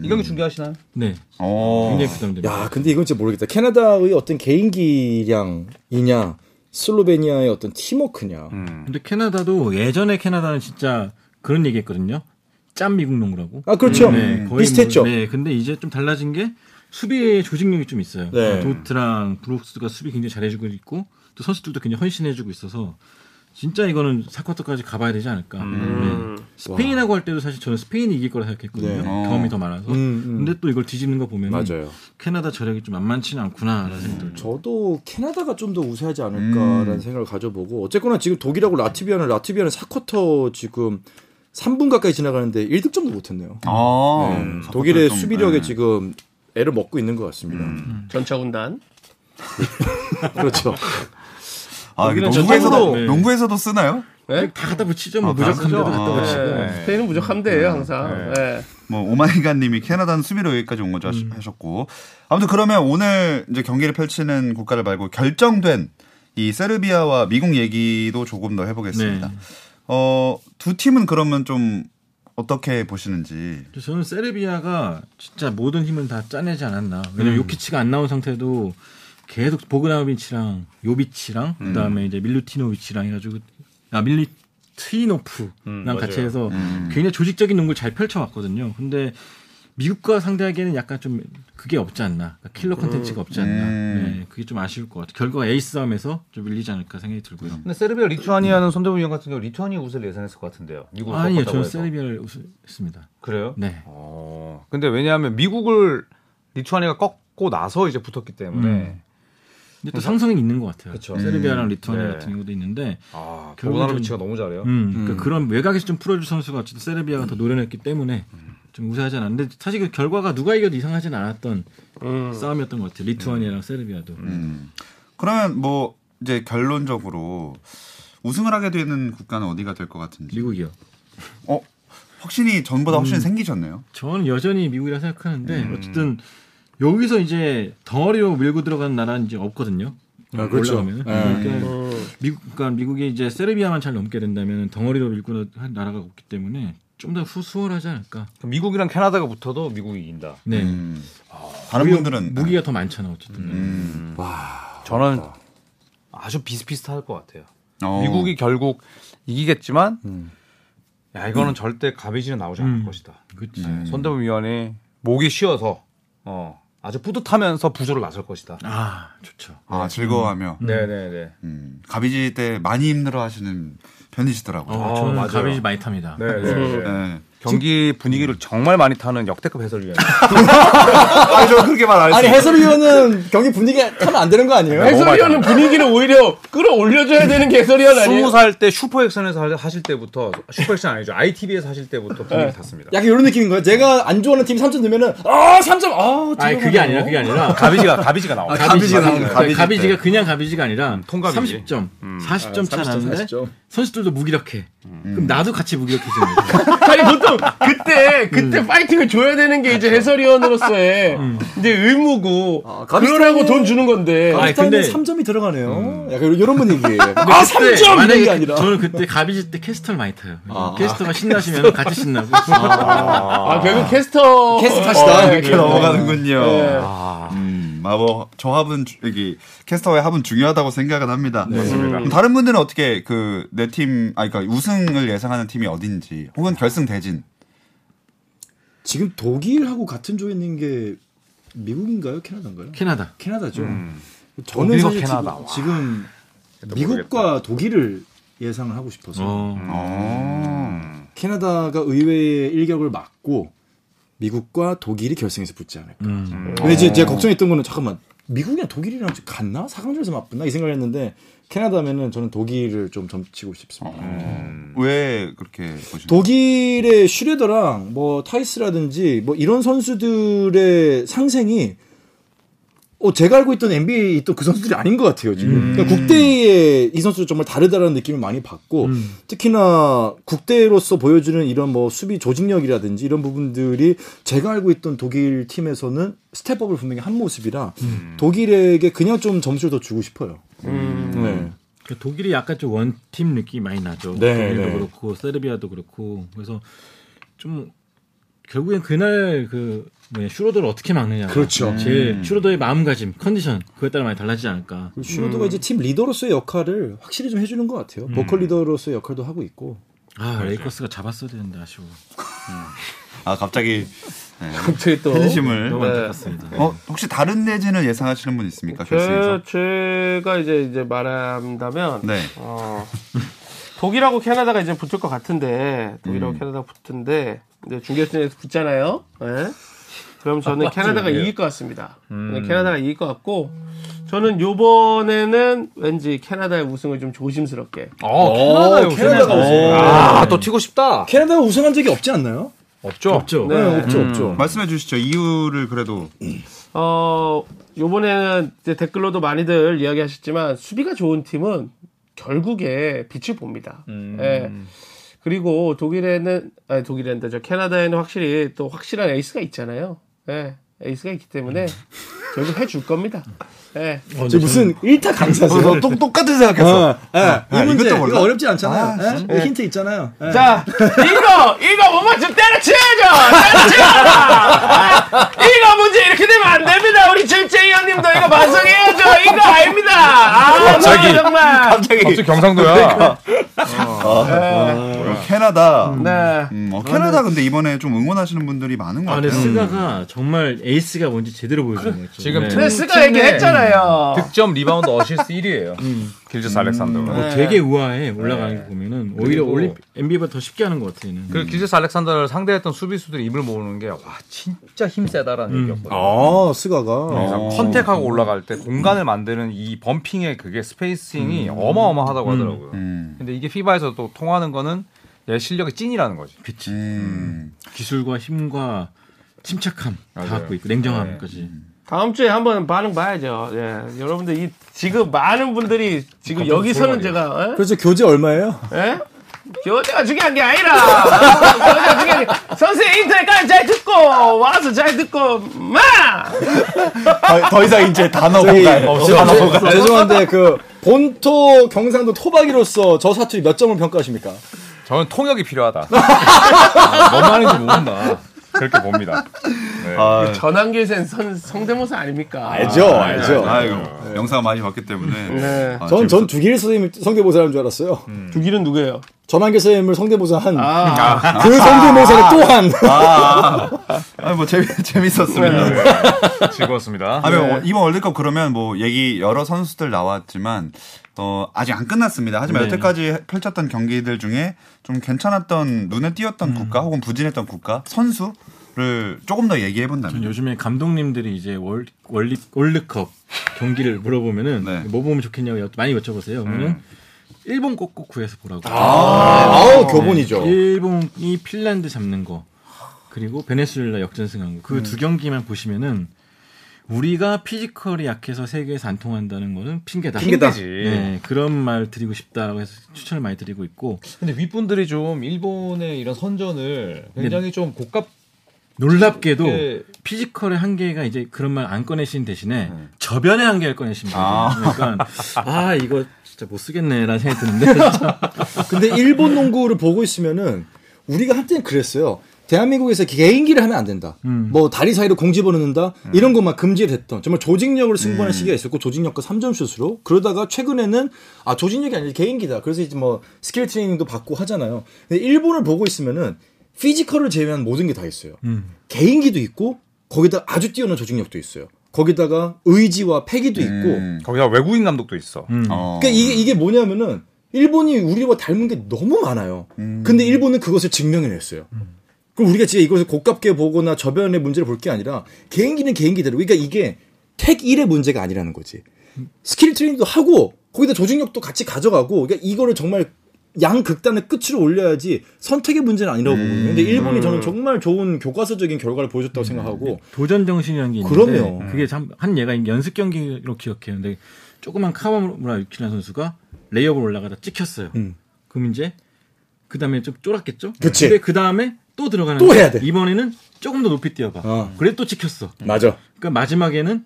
[SPEAKER 2] 이 경기 준비하시나요?
[SPEAKER 3] 네.
[SPEAKER 1] 어.
[SPEAKER 3] 굉장히 부담됩니다.
[SPEAKER 5] 야, 근데 이건 진짜 모르겠다. 캐나다의 어떤 개인기량이냐, 슬로베니아의 어떤 팀워크냐.
[SPEAKER 3] 근데 캐나다도 예전에 캐나다는 진짜 그런 얘기했거든요. 짠 미국 농구라고.
[SPEAKER 5] 아, 그렇죠.
[SPEAKER 3] 네, 거의
[SPEAKER 5] 비슷했죠.
[SPEAKER 3] 뭐, 네, 근데 이제 좀 달라진 게 수비의 조직력이 좀 있어요. 그러니까
[SPEAKER 5] 네.
[SPEAKER 3] 도트랑 브룩스가 수비 굉장히 잘해주고 있고 또 선수들도 굉장히 헌신해주고 있어서 진짜 이거는 사쿼터까지 가봐야 되지 않을까.
[SPEAKER 4] 음.
[SPEAKER 3] 네. 스페인하고 할 때도 사실 저는 스페인이 이길 거라 생각했거든요.
[SPEAKER 5] 네.
[SPEAKER 1] 어.
[SPEAKER 3] 경험이 더 많아서.
[SPEAKER 5] 음, 음.
[SPEAKER 3] 근데 또 이걸 뒤집는 거 보면 캐나다 저력이 좀 만만치는 않구나라는 생각들.
[SPEAKER 5] 음. 저도 캐나다가 좀 더 우세하지 않을까라는 생각을 가져보고 어쨌거나 지금 독일하고 라트비아는 라트비아는 4쿼터 지금 3분 가까이 지나가는데 1득점도 못했네요.
[SPEAKER 1] 어.
[SPEAKER 5] 음,
[SPEAKER 1] 서-
[SPEAKER 5] 독일의
[SPEAKER 1] 좀,
[SPEAKER 5] 수비력에
[SPEAKER 1] 네.
[SPEAKER 5] 지금 애를 먹고 있는 것 같습니다.
[SPEAKER 4] 음. 전차군단.
[SPEAKER 5] 그렇죠.
[SPEAKER 1] 아, 이게
[SPEAKER 4] 독일은
[SPEAKER 1] 농구에서도
[SPEAKER 3] 전체적으로- 네.
[SPEAKER 1] 농구에서도 쓰나요?
[SPEAKER 4] 네?
[SPEAKER 3] 다 갖다 붙이죠. 뭐
[SPEAKER 2] 아,
[SPEAKER 3] 무적함대도
[SPEAKER 2] 그렇죠.
[SPEAKER 3] 갖다
[SPEAKER 1] 아,
[SPEAKER 3] 붙이고.
[SPEAKER 4] 네. 스페인은 무조건 함대예요 항상. 네.
[SPEAKER 1] 뭐 오마이갓님이 캐나다는 수비로 여기까지 온 거죠
[SPEAKER 3] 음.
[SPEAKER 1] 하셨고 아무튼 그러면 오늘 이제 경기를 펼치는 국가를 말고 결정된 이 세르비아와 미국 얘기도 조금 더 해보겠습니다.
[SPEAKER 3] 네.
[SPEAKER 1] 어, 두 팀은 그러면 좀 어떻게 보시는지.
[SPEAKER 3] 그래서 저는 세르비아가 진짜 모든 힘을 다 짜내지 않았나.
[SPEAKER 6] 음.
[SPEAKER 3] 왜냐면 요키치가 안 나온 상태도 계속 보그나비치랑 요비치랑 그다음에 이제 밀루티노비치랑 해가지고 아 밀리티노프랑
[SPEAKER 6] 음,
[SPEAKER 3] 같이
[SPEAKER 6] 맞아요.
[SPEAKER 3] 해서 굉장히 조직적인 농구를 잘 펼쳐왔거든요. 근데 미국과 상대하기에는 약간 좀 그게 없지 않나. 그러니까 킬러 컨텐츠가 없지 않나.
[SPEAKER 1] 음.
[SPEAKER 3] 네, 그게 좀 아쉬울 것 같아요. 결과가 에이스 싸움에서 좀 밀리지 않을까 생각이 들고요.
[SPEAKER 6] 근데 세르비아 리투아니아는 손대부 위원 같은 경우 리투아니아 우승을 예상했을 것 같은데요. 미국을
[SPEAKER 3] 아니요,
[SPEAKER 6] 꺾었다고
[SPEAKER 3] 저는
[SPEAKER 6] 해서.
[SPEAKER 3] 세르비아를 우승했습니다.
[SPEAKER 6] 그래요?
[SPEAKER 3] 네.
[SPEAKER 6] 어.
[SPEAKER 2] 근데 왜냐하면 미국을 리투아니아가 꺾고 나서 이제 붙었기 때문에
[SPEAKER 3] 근데 또 상성이 있는 것 같아요.
[SPEAKER 6] 그쵸.
[SPEAKER 3] 세르비아랑 리투아니아
[SPEAKER 6] 네.
[SPEAKER 3] 같은 경우도 있는데
[SPEAKER 6] 아,
[SPEAKER 3] 결국은
[SPEAKER 6] 보나로비치가 너무 잘해요.
[SPEAKER 3] 음, 그러니까 그런 외곽에서 좀 풀어줄 선수가 어쨌든 세르비아가 더 노려냈기 때문에 좀 우세하지 않았는데 사실 그 결과가 누가 이겨도 이상하진 않았던
[SPEAKER 4] 음.
[SPEAKER 3] 싸움이었던 것 같아요. 리투아니아랑 세르비아도.
[SPEAKER 1] 음. 그러면 뭐 이제 결론적으로 우승을 하게 되는 국가는 어디가 될 것 같은지.
[SPEAKER 3] 미국이요. 음.
[SPEAKER 1] 어, 확신이 전보다 확실히 생기셨네요.
[SPEAKER 3] 저는 여전히 미국이라 생각하는데 어쨌든 여기서 이제 덩어리로 밀고 들어가는 나라는 이제 없거든요.
[SPEAKER 5] 아, 그렇죠.
[SPEAKER 3] 올라가면은.
[SPEAKER 5] 예.
[SPEAKER 3] 그러니까
[SPEAKER 4] 음.
[SPEAKER 3] 미국, 그러니까 미국이 이제 세르비아만 잘 넘게 된다면 덩어리로 밀고 할 나라가 없기 때문에 좀 더 수월하지 않을까.
[SPEAKER 6] 그럼 미국이랑 캐나다가 붙어도 미국이 이긴다.
[SPEAKER 3] 네.
[SPEAKER 1] 음. 다른
[SPEAKER 3] 무기-
[SPEAKER 1] 분들은 음.
[SPEAKER 3] 무기가 더 많잖아 어쨌든.
[SPEAKER 2] 저는
[SPEAKER 6] 아주 비슷비슷할 것 같아요.
[SPEAKER 1] 어.
[SPEAKER 2] 미국이 결국 이기겠지만 야 이거는 절대 가비지는 나오지 않을
[SPEAKER 3] 음.
[SPEAKER 2] 것이다. 네,
[SPEAKER 3] 그치.
[SPEAKER 2] 손대범 위원이 목이 쉬어서 어, 아주 뿌듯하면서 부조를 나설 것이다.
[SPEAKER 3] 아 좋죠.
[SPEAKER 1] 아 즐거워하며
[SPEAKER 2] 네네네.
[SPEAKER 1] 음, 가비지 때 많이 힘들어하시는 편이시더라고요.
[SPEAKER 3] 아, 저는 가비지 많이 탑니다.
[SPEAKER 2] 네네.
[SPEAKER 1] 네.
[SPEAKER 2] 음. 경기 분위기를 정말 많이 타는 역대급 해설위원.
[SPEAKER 1] 아, 저 그렇게 말 안 했어요.
[SPEAKER 5] 아니 해설위원은 경기 분위기 타면 안 되는 거 아니에요?
[SPEAKER 2] 너무
[SPEAKER 4] 해설위원은 분위기를 오히려 끌어올려줘야 되는 개설위원 아니에요?
[SPEAKER 2] 20살 때 슈퍼액션에서 하실 때부터 슈퍼액션 아니죠. ITV에서 하실 때부터 분위기 탔습니다.
[SPEAKER 5] 약간 이런 느낌인 거야. 제가 안 좋아하는 팀 3점 넣으면은 아 3점 아
[SPEAKER 3] 아니 그게 아니라 그게 아니라
[SPEAKER 2] 가비지가 가비지가 나와.
[SPEAKER 1] 가비지가 나오는 거야, 가비지
[SPEAKER 3] 가비지가 그냥 가비지가 아니라
[SPEAKER 2] 통가비지.
[SPEAKER 3] 30점, 40점 차 나는데
[SPEAKER 5] 40점.
[SPEAKER 3] 선수들도 무기력해.
[SPEAKER 1] 음.
[SPEAKER 3] 그럼 나도 같이 무기력해지는 거죠.
[SPEAKER 4] 아니 보통 그때 그때 파이팅을 줘야 되는 게 이제 해설위원으로서의 이제 의무고
[SPEAKER 5] 가비스탄은-
[SPEAKER 4] 그러라고 돈 주는 건데
[SPEAKER 5] 아,
[SPEAKER 3] 아니,
[SPEAKER 5] 근데
[SPEAKER 3] 근데-
[SPEAKER 5] 3점이 들어가네요. 약간 이런 분위기예요. 아 3점 이런 게 아니라.
[SPEAKER 3] 저는 그때 가비지 때 캐스터를 많이 타요.
[SPEAKER 1] 아,
[SPEAKER 3] 캐스터가 신나시면 같이 신나고.
[SPEAKER 4] 아 결국 캐스터 네.
[SPEAKER 5] 캐스트 탓이다.
[SPEAKER 1] 이렇게 넘어가는군요. 아, 음, 마법 조합은 주- 여기 캐스터의 합은 중요하다고 생각은 합니다. 네, 음, 맞습니다. 다른 분들은 어떻게 그 내 팀 아 그러니까 우승을 예상하는 팀이 어딘지 혹은 결승 대진
[SPEAKER 5] 지금 독일하고 같은 조에 있는 게 미국인가요? 캐나다인가요?
[SPEAKER 3] 캐나다.
[SPEAKER 5] 캐나다죠. 저는
[SPEAKER 2] 독일과
[SPEAKER 5] 사실
[SPEAKER 2] 캐나다.
[SPEAKER 5] 지금, 지금 미국과 독일을 예상하고 싶어서
[SPEAKER 3] 어.
[SPEAKER 1] 어.
[SPEAKER 5] 캐나다가 의외의 일격을 막고 미국과 독일이 결승에서 붙지 않을까.
[SPEAKER 3] 음.
[SPEAKER 5] 근데 이제 제가 걱정했던 거는 잠깐만 미국이랑 독일이랑 지금 갔나? 4강전에서 맞붙나? 이 생각을 했는데 캐나다면은 저는 독일을 좀 점치고 싶습니다.
[SPEAKER 1] 음. 왜 그렇게 보시나요?
[SPEAKER 5] 독일의 슈레더랑 뭐 타이스라든지 뭐 이런 선수들의 상생이 어 제가 알고 있던 NBA 있던 그 선수들이 아닌 것 같아요 지금 그러니까 국대의 이 선수 정말 다르다라는 느낌을 많이 받고 특히나 국대로서 보여주는 이런 뭐 수비 조직력이라든지 이런 부분들이 제가 알고 있던 독일 팀에서는 스텝업을 분명히 한 모습이라 독일에게 그냥 좀 점수를 더 주고 싶어요.
[SPEAKER 4] 음.
[SPEAKER 5] 네.
[SPEAKER 3] 그러니까 독일이 약간 좀 원팀 느낌이 많이 나죠.
[SPEAKER 5] 네,
[SPEAKER 3] 독일도
[SPEAKER 5] 네.
[SPEAKER 3] 그렇고 세르비아도 그렇고 그래서 좀 결국엔 그날 그 뭐냐 슈로더를 어떻게 막느냐.
[SPEAKER 5] 그렇죠.
[SPEAKER 3] 제일 슈로더의 마음가짐, 컨디션 그에 따라 많이 달라지지 않을까.
[SPEAKER 1] 그렇죠.
[SPEAKER 5] 슈로드가 이제 팀 리더로서의 역할을 확실히 좀 해주는 것 같아요.
[SPEAKER 1] 음.
[SPEAKER 5] 보컬 리더로서의 역할도 하고 있고.
[SPEAKER 3] 아 레이커스가 잡았어야 되는데 아쉬워.
[SPEAKER 1] 아 갑자기
[SPEAKER 5] 갑자기 또
[SPEAKER 1] 팬심을
[SPEAKER 3] 너무
[SPEAKER 4] 네.
[SPEAKER 3] 안타깝습니다.
[SPEAKER 1] 어, 혹시 다른 대진을 예상하시는 분 있습니까? 결승에서?
[SPEAKER 4] 제, 제가 이제 이제 말한다면
[SPEAKER 1] 네.
[SPEAKER 4] 어, 독일하고 캐나다가 이제 붙을 것 같은데 독일하고
[SPEAKER 1] 음.
[SPEAKER 4] 캐나다 붙은데 이제 중결승에서 붙잖아요. 예. 그럼 저는
[SPEAKER 1] 아,
[SPEAKER 4] 캐나다가 이길 것 같습니다. 저는
[SPEAKER 1] 음.
[SPEAKER 4] 캐나다가 이길 것 같고 저는 요번에는 왠지 캐나다의 우승을 좀 조심스럽게.
[SPEAKER 2] 어,
[SPEAKER 5] 캐나다요, 캐나다가
[SPEAKER 2] 우승. 아, 또 튀고 싶다.
[SPEAKER 5] 캐나다가 우승한 적이 없지 않나요?
[SPEAKER 2] 없죠.
[SPEAKER 3] 없죠.
[SPEAKER 5] 네, 없죠, 없죠.
[SPEAKER 1] 말씀해 주시죠. 이유를 그래도
[SPEAKER 4] 어 요번에는 이제 댓글로도 많이들 이야기하셨지만 수비가 좋은 팀은 결국에 빛을 봅니다.
[SPEAKER 2] 음.
[SPEAKER 4] 예. 그리고 독일에는 아니 독일에는 저 캐나다에는 확실히 또 확실한 에이스가 있잖아요. 예. 에이스가 있기 때문에 결국 해줄 겁니다. 예.
[SPEAKER 5] 저 무슨 일타 강사세요?
[SPEAKER 1] 너 똑, 똑같은 생각했어. 아,
[SPEAKER 5] 예, 이 문제
[SPEAKER 1] 이것도 몰라?
[SPEAKER 5] 이거 어렵지 않잖아요. 예? 이거 힌트 있잖아요. 예.
[SPEAKER 4] 자, 이거, 이거 못 맞추면 때려치워야죠! 때려치워라! 아, 이거 문제 이렇게 되면 안 됩니다! 우리 질쟁이 형님도 이거 반성해야죠! 이거 아닙니다! 아,
[SPEAKER 2] 갑자기.
[SPEAKER 4] 너무 정말!
[SPEAKER 2] 갑자기 그러니까 경상도야.
[SPEAKER 1] 어, 캐나다.
[SPEAKER 4] 네.
[SPEAKER 1] 음, 어, 캐나다 근데 이번에 좀 응원하시는 분들이 많은 것
[SPEAKER 3] 아, 근데
[SPEAKER 5] 음.
[SPEAKER 1] 같아요.
[SPEAKER 3] 스가가 정말 에이스가 뭔지 제대로 보여주는 거 있죠.
[SPEAKER 2] 지금
[SPEAKER 3] 네.
[SPEAKER 2] 트레-
[SPEAKER 4] 스가 얘기했잖아요.
[SPEAKER 2] 득점, 리바운드, 어시스트 1위예요. 음. 네. 길저스 알렉산더가.
[SPEAKER 3] 어, 되게 우아해 올라가는 거 보면은 오히려
[SPEAKER 2] 그리고-
[SPEAKER 3] 올림 NBA보다 더 쉽게 하는 것 같아 얘는.
[SPEAKER 2] 그 길저스 알렉산더를 상대했던 수비수들이 입을 모으는 게 와 진짜 힘 세다라는 얘기였거든요.
[SPEAKER 5] 아, 스가가.
[SPEAKER 1] 어.
[SPEAKER 2] 그래서 컨택하고 올라갈 때 공간을 만드는 이 범핑의 그게 스페이싱이 어마어마하다고 하더라고요.
[SPEAKER 1] 음.
[SPEAKER 2] 근데 이게 피바에서 또 통하는 거는 얘 실력이 찐이라는 거지.
[SPEAKER 3] 그치.
[SPEAKER 1] 음.
[SPEAKER 3] 기술과 힘과 침착함
[SPEAKER 2] 맞아요.
[SPEAKER 3] 다 갖고 있고 냉정함까지.
[SPEAKER 4] 다음 주에 한번 반응 봐야죠. 예. 여러분들, 이, 지금 많은 분들이 지금 여기서는 제가, 어?
[SPEAKER 5] 그래서 그렇죠. 교재 얼마예요?
[SPEAKER 4] 예? 예? 교재가 중요한 게 아니라! 어? 교재가 중요한 게, 선생님 인터넷까지 잘 듣고, 와서 잘 듣고, 마!
[SPEAKER 1] 더, 더 이상 이제 네. 단어
[SPEAKER 5] 저기,
[SPEAKER 1] 공간 없이 단어 공간.
[SPEAKER 5] 죄- 죄송한데 그 본토 경상도 토박이로서 저 사투리 몇 점을 평가하십니까?
[SPEAKER 2] 저는 통역이 필요하다. 아, 뭔 말인지 모른다. 그렇게 봅니다.
[SPEAKER 1] 아,
[SPEAKER 4] 전환길 센 선, 성대모사 아닙니까?
[SPEAKER 5] 알죠, 알죠.
[SPEAKER 1] 아, 이거 영상 많이 봤기 때문에.
[SPEAKER 4] 네.
[SPEAKER 1] 아,
[SPEAKER 5] 전
[SPEAKER 1] 재밌었어요.
[SPEAKER 5] 전 두길 선생님 성대모사라는 줄 알았어요.
[SPEAKER 1] 음.
[SPEAKER 4] 독일은 누구예요?
[SPEAKER 5] 전환계 선생님을 성대모사한
[SPEAKER 4] 아,
[SPEAKER 5] 그 성대모사를 또한
[SPEAKER 1] 아, 뭐 재미 재밌었습니다.
[SPEAKER 2] 즐거웠습니다.
[SPEAKER 1] 아니, 어, 이번 월드컵 그러면 뭐 얘기 여러 선수들 나왔지만 어, 아직 안 끝났습니다. 하지만 여태까지 펼쳤던 경기들 중에 좀 괜찮았던 눈에 띄었던 국가 혹은 부진했던 국가 선수를 조금 더 얘기해
[SPEAKER 3] 전
[SPEAKER 1] 본다면
[SPEAKER 3] 음. 요즘에 감독님들이 이제 월, 월리, 월드컵 경기를 물어보면은
[SPEAKER 1] 네.
[SPEAKER 3] 뭐 보면 좋겠냐고 여- 많이 여쭤보세요. 그러면 일본 꼭 꼭 구해서 보라고.
[SPEAKER 5] 아우 교본이죠.
[SPEAKER 3] 일본이 핀란드 잡는 거 그리고 베네수엘라 역전승한 거 그 두 경기만 보시면은 우리가 피지컬이 약해서 세계에서 안 통한다는 거는 핑계다.
[SPEAKER 5] 핑계다.
[SPEAKER 3] 네, 그런 말 드리고 싶다고 해서 추천을 많이 드리고 있고
[SPEAKER 6] 근데 윗분들이 좀 일본의 이런 선전을
[SPEAKER 2] 네.
[SPEAKER 6] 굉장히 좀 고깝게
[SPEAKER 3] 놀랍게도
[SPEAKER 5] 예.
[SPEAKER 3] 피지컬의 한계가 이제 그런 말 안 꺼내신 대신에
[SPEAKER 5] 네.
[SPEAKER 3] 저변의 한계를 꺼내신 거예요. 그러니까 아 이거 진짜 못 쓰겠네라는 생각이 드는데
[SPEAKER 5] 아, 근데 일본 농구를 보고 있으면은 우리가 한때는 그랬어요. 대한민국에서 개인기를 하면 안 된다. 뭐 다리 사이로 공 집어넣는다. 이런 것만 금지됐던 정말 조직력을 승부하는 시기가 있었고 조직력과 3점 슛으로 그러다가 최근에는 아 조직력이 아니라 개인기다. 그래서 이제 뭐 스킬 트레이닝도 받고 하잖아요. 근데 일본을 보고 있으면은 피지컬을 제외한 모든 게 다 있어요. 개인기도 있고 거기다 아주 뛰어난 조직력도 있어요. 거기다가 의지와 패기도 있고
[SPEAKER 1] 음,
[SPEAKER 2] 거기다 외국인 감독도 있어.
[SPEAKER 1] 어,
[SPEAKER 5] 그러니까 이게, 이게 뭐냐면은 일본이 우리와 닮은 게 너무 많아요. 근데 일본은 그것을 증명해냈어요. 그럼 우리가 진짜 이것을 고깝게 보거나 저변의 문제를 볼 게 아니라 개인기는 개인기대로. 그러니까 이게 택 1의 문제가 아니라는 거지. 스킬 트레이닝도 하고 거기다 조직력도 같이 가져가고 그러니까 이거를 정말 양 극단의 끝으로 올려야지 선택의 문제는 아니라고 보거든요. 근데 일본이 저는 정말 좋은 교과서적인 결과를 보여줬다고 생각하고
[SPEAKER 3] 도전 정신이라는 게 있는데
[SPEAKER 5] 그럼요.
[SPEAKER 3] 그게 참, 한 얘가 연습 경기로 기억해요. 근데 조그만 카와무라 유키나 선수가 레이업을 올라가다 찍혔어요.
[SPEAKER 5] 음.
[SPEAKER 3] 그럼 이제 그 다음에 좀 쫄았겠죠?
[SPEAKER 5] 그치.
[SPEAKER 3] 근데 그 다음에 또 들어가는
[SPEAKER 5] 또
[SPEAKER 3] 거야.
[SPEAKER 5] 해야 돼.
[SPEAKER 3] 이번에는 조금 더 높이 뛰어봐.
[SPEAKER 5] 어.
[SPEAKER 3] 그래 또 찍혔어.
[SPEAKER 5] 맞아.
[SPEAKER 3] 그러니까 마지막에는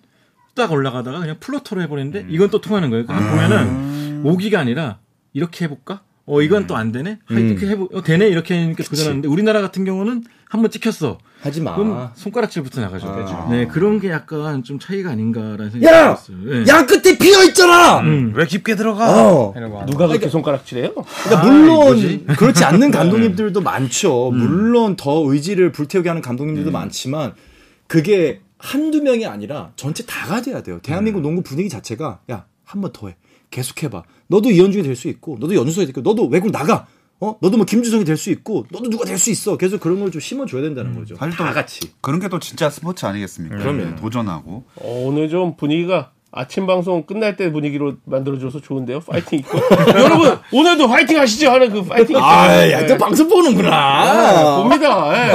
[SPEAKER 3] 딱 올라가다가 그냥 플로터로 해버리는데 이건 또 통하는 거예요. 그러니까 보면은 오기가 아니라 이렇게 해볼까? 어 이건 또 안 되네. 아, 이렇게 해보 어, 되네 이렇게 하니까 도전하는데 우리나라 같은 경우는 한번 찍혔어.
[SPEAKER 5] 하지 마.
[SPEAKER 3] 그럼 손가락질부터 나가죠. 네, 그런 게 약간 좀 차이가 아닌가라는 생각이
[SPEAKER 5] 야!
[SPEAKER 3] 들었어요. 예.
[SPEAKER 5] 야 끝에 비어 있잖아.
[SPEAKER 2] 음. 왜 깊게 들어가?
[SPEAKER 5] 어.
[SPEAKER 2] 이런 거 하나.
[SPEAKER 4] 아, 누가 그렇게 손가락질해요?
[SPEAKER 5] 그러니까 물론 그렇지 않는 감독님들도 많죠. 물론 더 의지를 불태우게 하는 감독님들도 많지만 그게 한두 명이 아니라 전체 다가 돼야 돼요. 대한민국 농구 분위기 자체가 야, 한 번 더 해. 계속 해 봐. 너도 이현중이 될 수 있고 너도 연수석이 될 수 있고 너도 외국 나가. 어? 너도 뭐 김주성이 될 수 있고 너도 누가 될 수 있어. 계속 그런 걸 좀 심어 줘야 된다는 거죠.
[SPEAKER 1] 사실 또
[SPEAKER 5] 다 같이.
[SPEAKER 1] 그런 게 또 진짜 스포츠 아니겠습니까? 네,
[SPEAKER 5] 그럼요.
[SPEAKER 1] 도전하고
[SPEAKER 4] 어, 오늘 좀 분위기가 아침 방송 끝날 때 분위기로 만들어줘서 좋은데요. 파이팅 있고 여러분 오늘도 파이팅 하시죠 하는 그 파이팅.
[SPEAKER 5] 아,
[SPEAKER 4] 있잖아요.
[SPEAKER 5] 야, 또 방송 보는구나.
[SPEAKER 1] 어.
[SPEAKER 4] 봅니다. 예.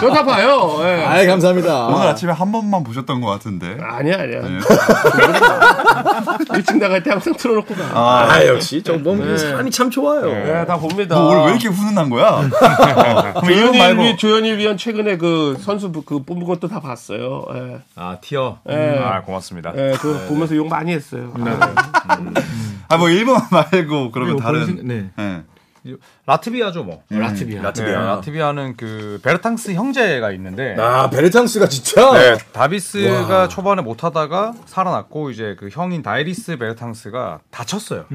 [SPEAKER 4] 저다 봐요. 예.
[SPEAKER 5] 아이, 감사합니다.
[SPEAKER 1] 오늘 아침에 한 번만 보셨던 것 같은데.
[SPEAKER 4] 아니야 아니야.
[SPEAKER 1] 네.
[SPEAKER 4] 일찍 나갈 때 항상 틀어놓고 가.
[SPEAKER 1] 아,
[SPEAKER 5] 아, 네. 역시, 정범 사람이 참 좋아요.
[SPEAKER 4] 예, 다 봅니다.
[SPEAKER 1] 뭐 오늘 왜 이렇게 훈훈한 거야?
[SPEAKER 4] 조현일
[SPEAKER 1] 말고.
[SPEAKER 4] 위- 조현일 위원 최근에 그 선수 부- 그 뽑은 것도 다 봤어요. 예.
[SPEAKER 2] 아 티어.
[SPEAKER 4] 예.
[SPEAKER 2] 아 고맙습니다.
[SPEAKER 4] 예, 그거
[SPEAKER 1] 네.
[SPEAKER 4] 보면서 욕 많이 했어요. 아,
[SPEAKER 1] 아, 뭐 일본 말고 그러면
[SPEAKER 3] 그리고
[SPEAKER 1] 다른.
[SPEAKER 3] 보이스- 네.
[SPEAKER 1] 예.
[SPEAKER 2] 라트비아죠 뭐.
[SPEAKER 3] 라트비아.
[SPEAKER 2] 네, 라트비아는 그 베르탕스 형제가 있는데
[SPEAKER 5] 아, 베르탕스가 진짜.
[SPEAKER 2] 네, 다비스가 초반에 못하다가 살아났고 이제 그 형인 다이리스 베르탕스가 다쳤어요.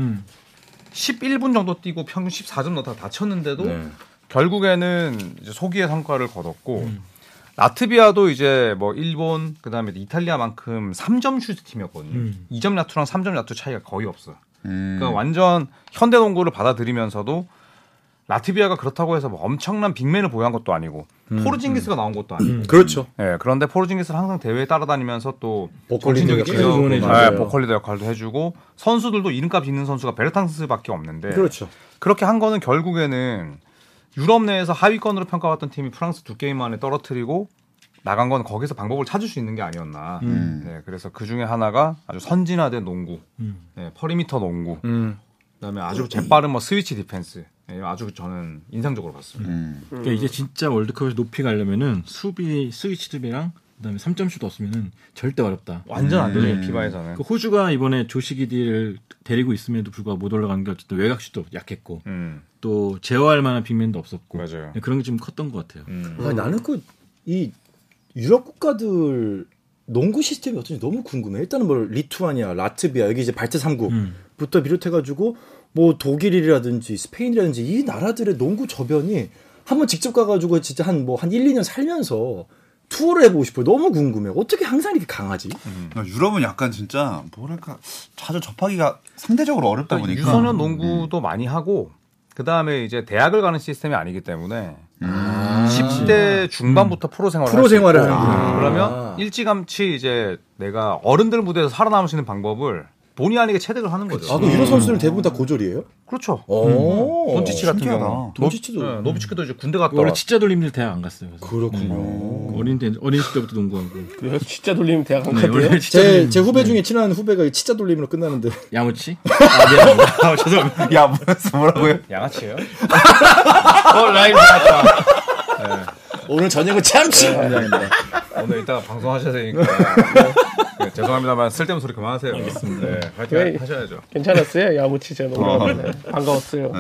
[SPEAKER 2] 11분 정도 뛰고 평균 14점 넣다 다쳤는데도
[SPEAKER 5] 네.
[SPEAKER 2] 결국에는 이제 소기의 성과를 거뒀고 라트비아도 이제 뭐 일본 그다음에 이탈리아만큼 3점 슛 팀이었거든요. 2점 야투랑 3점 야투 차이가 거의 없어요.
[SPEAKER 1] 음,
[SPEAKER 2] 그러니까 완전 현대 농구를 받아들이면서도 라트비아가 그렇다고 해서 뭐 엄청난 빅맨을 보유한 것도 아니고 포르징기스가 나온 것도 아니고
[SPEAKER 5] 그렇죠.
[SPEAKER 2] 예, 그런데 포르징기스는 항상 대회에 따라다니면서 또
[SPEAKER 5] 보컬리도
[SPEAKER 2] 정신적인
[SPEAKER 5] 역할도
[SPEAKER 2] 지도하고,
[SPEAKER 5] 해주고. 네.
[SPEAKER 2] 예,
[SPEAKER 5] 맞아요.
[SPEAKER 2] 보컬리도 역할도 해주고 선수들도 이름값 있는 선수가 베르탕스밖에 없는데
[SPEAKER 5] 그렇죠.
[SPEAKER 2] 그렇게 한 거는 결국에는 유럽 내에서 하위권으로 평가받던 팀이 프랑스 두 게임 만에 떨어뜨리고 나간 건 거기서 방법을 찾을 수 있는 게 아니었나.
[SPEAKER 5] 음.
[SPEAKER 2] 네, 그래서 그 중에 하나가 아주 선진화된 농구, 네, 퍼리미터 농구, 그다음에 아주 재빠른 뭐 스위치 디펜스, 네, 아주 저는 인상적으로 봤습니다.
[SPEAKER 1] 음.
[SPEAKER 3] 그러니까 이제 진짜 월드컵에서 높이 가려면은 수비 스위치 수비랑 그다음에 3점슛 없으면은 절대 어렵다.
[SPEAKER 5] 음.
[SPEAKER 3] 네.
[SPEAKER 2] 완전 안 되죠 피바에서는.
[SPEAKER 3] 그 호주가 이번에 조시기디를 데리고 있음에도 불구하고 못 올라간 게 어쨌든 외곽슛도 약했고
[SPEAKER 2] 음,
[SPEAKER 3] 또 제어할 만한 빅맨도 없었고 네,
[SPEAKER 2] 맞아요. 음.
[SPEAKER 3] 그런 게 좀 컸던 것 같아요.
[SPEAKER 5] 아, 나는 그 이 유럽 국가들 농구 시스템이 어떤지 너무 궁금해. 일단은 뭐 리투아니아, 라트비아 여기 이제 발트
[SPEAKER 2] 음.
[SPEAKER 5] 3국부터 비롯해가지고 뭐 독일이라든지 스페인이라든지 이 나라들의 농구 저변이 한번 직접 가가지고 진짜 한 뭐 한 1, 2년 살면서 투어를 해보고 싶어요. 너무 궁금해. 어떻게 항상 이렇게 강하지?
[SPEAKER 2] 음.
[SPEAKER 1] 나 유럽은 약간 진짜 뭐랄까 자주 접하기가 상대적으로 어렵다 보니까.
[SPEAKER 2] 아, 유소년 농구도 많이 하고 그 다음에 이제 대학을 가는 시스템이 아니기 때문에 10대 중반부터 프로 생활을
[SPEAKER 5] 프로
[SPEAKER 2] 할수
[SPEAKER 5] 생활을
[SPEAKER 2] 있고,
[SPEAKER 5] 하는구나. 아.
[SPEAKER 2] 그러면 일찌감치 이제 내가 어른들 무대에서 살아남을 수 있는 방법을 본의 아니게 체득을 하는 거죠.
[SPEAKER 5] 아, 그 유럽 선수들 대부분 다 고졸이에요?
[SPEAKER 2] 그렇죠.
[SPEAKER 5] 어.
[SPEAKER 2] 돈치치 같은
[SPEAKER 1] 신기하다.
[SPEAKER 2] 경우 네.
[SPEAKER 5] 돈치치도.
[SPEAKER 2] 노비츠키도 이제 군대 갔다
[SPEAKER 3] 원래
[SPEAKER 2] 왔
[SPEAKER 3] 진짜 돌림들 대학 안 갔어요. 그래서.
[SPEAKER 5] 그렇군요.
[SPEAKER 2] 음.
[SPEAKER 3] 어린 때 어린 시절부터 농구하고
[SPEAKER 4] 그래요? 진짜 돌리면 대학 안
[SPEAKER 3] 네,
[SPEAKER 4] 가요.
[SPEAKER 3] 원래 진짜
[SPEAKER 5] 제,
[SPEAKER 3] 돌림-
[SPEAKER 5] 제 후배 중에 친한 후배가 치자 돌림으로 끝나는데.
[SPEAKER 3] 야무치 아, 미안합니다. 아, 죄송합니다.
[SPEAKER 1] 야, 뭐였어, 뭐라고요?
[SPEAKER 2] 양아치예요? 어,
[SPEAKER 5] 오늘 저녁은 참치!
[SPEAKER 2] 오늘 이따가 방송하셔야 되니까 네, 죄송합니다만 쓸데없는 소리 그만하세요. 알겠습니다. 네,
[SPEAKER 4] 왜?
[SPEAKER 2] 파이팅 하셔야죠.
[SPEAKER 4] 괜찮았어요? 야무치 제목. 네, 반가웠어요.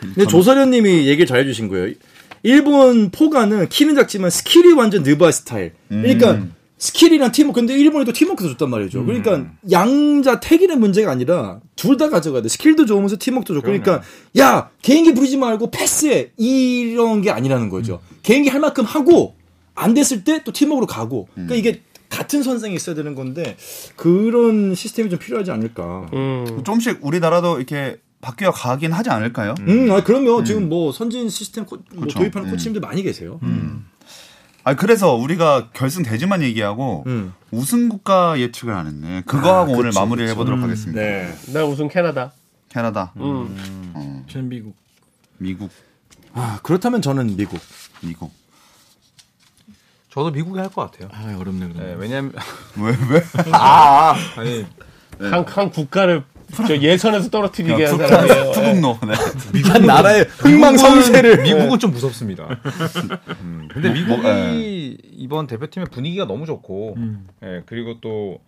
[SPEAKER 5] 근데 조서련님이 얘기를 잘해주신 거예요. 일본 포가는 키는 작지만 스킬이 완전 느바 스타일. 그러니까 스킬이랑 팀워크. 근데 일본에도 팀워크도 좋단 말이죠. 그러니까 양자 택일의 문제가 아니라 둘 다 가져가야 돼. 스킬도 좋으면서 팀워크도 좋고. 그러니까 야 개인기 부리지 말고 패스해 이런 게 아니라는 거죠. 개인기 할 만큼 하고 안 됐을 때 또 팀워크로 가고. 그러니까 이게 같은 선상에 있어야 되는 건데 그런 시스템이 좀 필요하지 않을까.
[SPEAKER 4] 음.
[SPEAKER 1] 조금씩 우리나라도 이렇게 바뀌어 가긴 하지 않을까요?
[SPEAKER 5] 음, 아, 그럼요. 지금 뭐 선진 시스템 코, 뭐
[SPEAKER 1] 그렇죠.
[SPEAKER 5] 도입하는 코치님들 많이 계세요. 음.
[SPEAKER 1] 아 그래서 우리가 결승 대지만 얘기하고
[SPEAKER 5] 음.
[SPEAKER 1] 우승 국가 예측을 안 했네. 그거하고 오늘
[SPEAKER 5] 그치,
[SPEAKER 1] 마무리를 해보도록 하겠습니다.
[SPEAKER 5] 네.
[SPEAKER 4] 나 우승 캐나다.
[SPEAKER 1] 캐나다,
[SPEAKER 4] 음.
[SPEAKER 3] 전 미국
[SPEAKER 1] 미국,
[SPEAKER 5] 아, 그렇다면 저는 미국.
[SPEAKER 1] 미국.
[SPEAKER 2] 저도 미국이 할 것 같아요.
[SPEAKER 3] 아 어렵네 그럼.
[SPEAKER 2] 네, 왜냐면
[SPEAKER 1] 왜 왜?
[SPEAKER 2] 아니
[SPEAKER 1] 네.
[SPEAKER 4] 한, 한 국가를 저 예선에서 떨어뜨리게 한
[SPEAKER 1] 북-
[SPEAKER 4] 사람이에요. 예.
[SPEAKER 1] 북노. 네.
[SPEAKER 5] 한 나라의 흥망성쇠를.
[SPEAKER 2] 미국은 좀 무섭습니다. 음, 근데 미국이
[SPEAKER 1] 뭐, 예.
[SPEAKER 2] 이번 대표팀의 분위기가 너무 좋고, 예, 그리고 또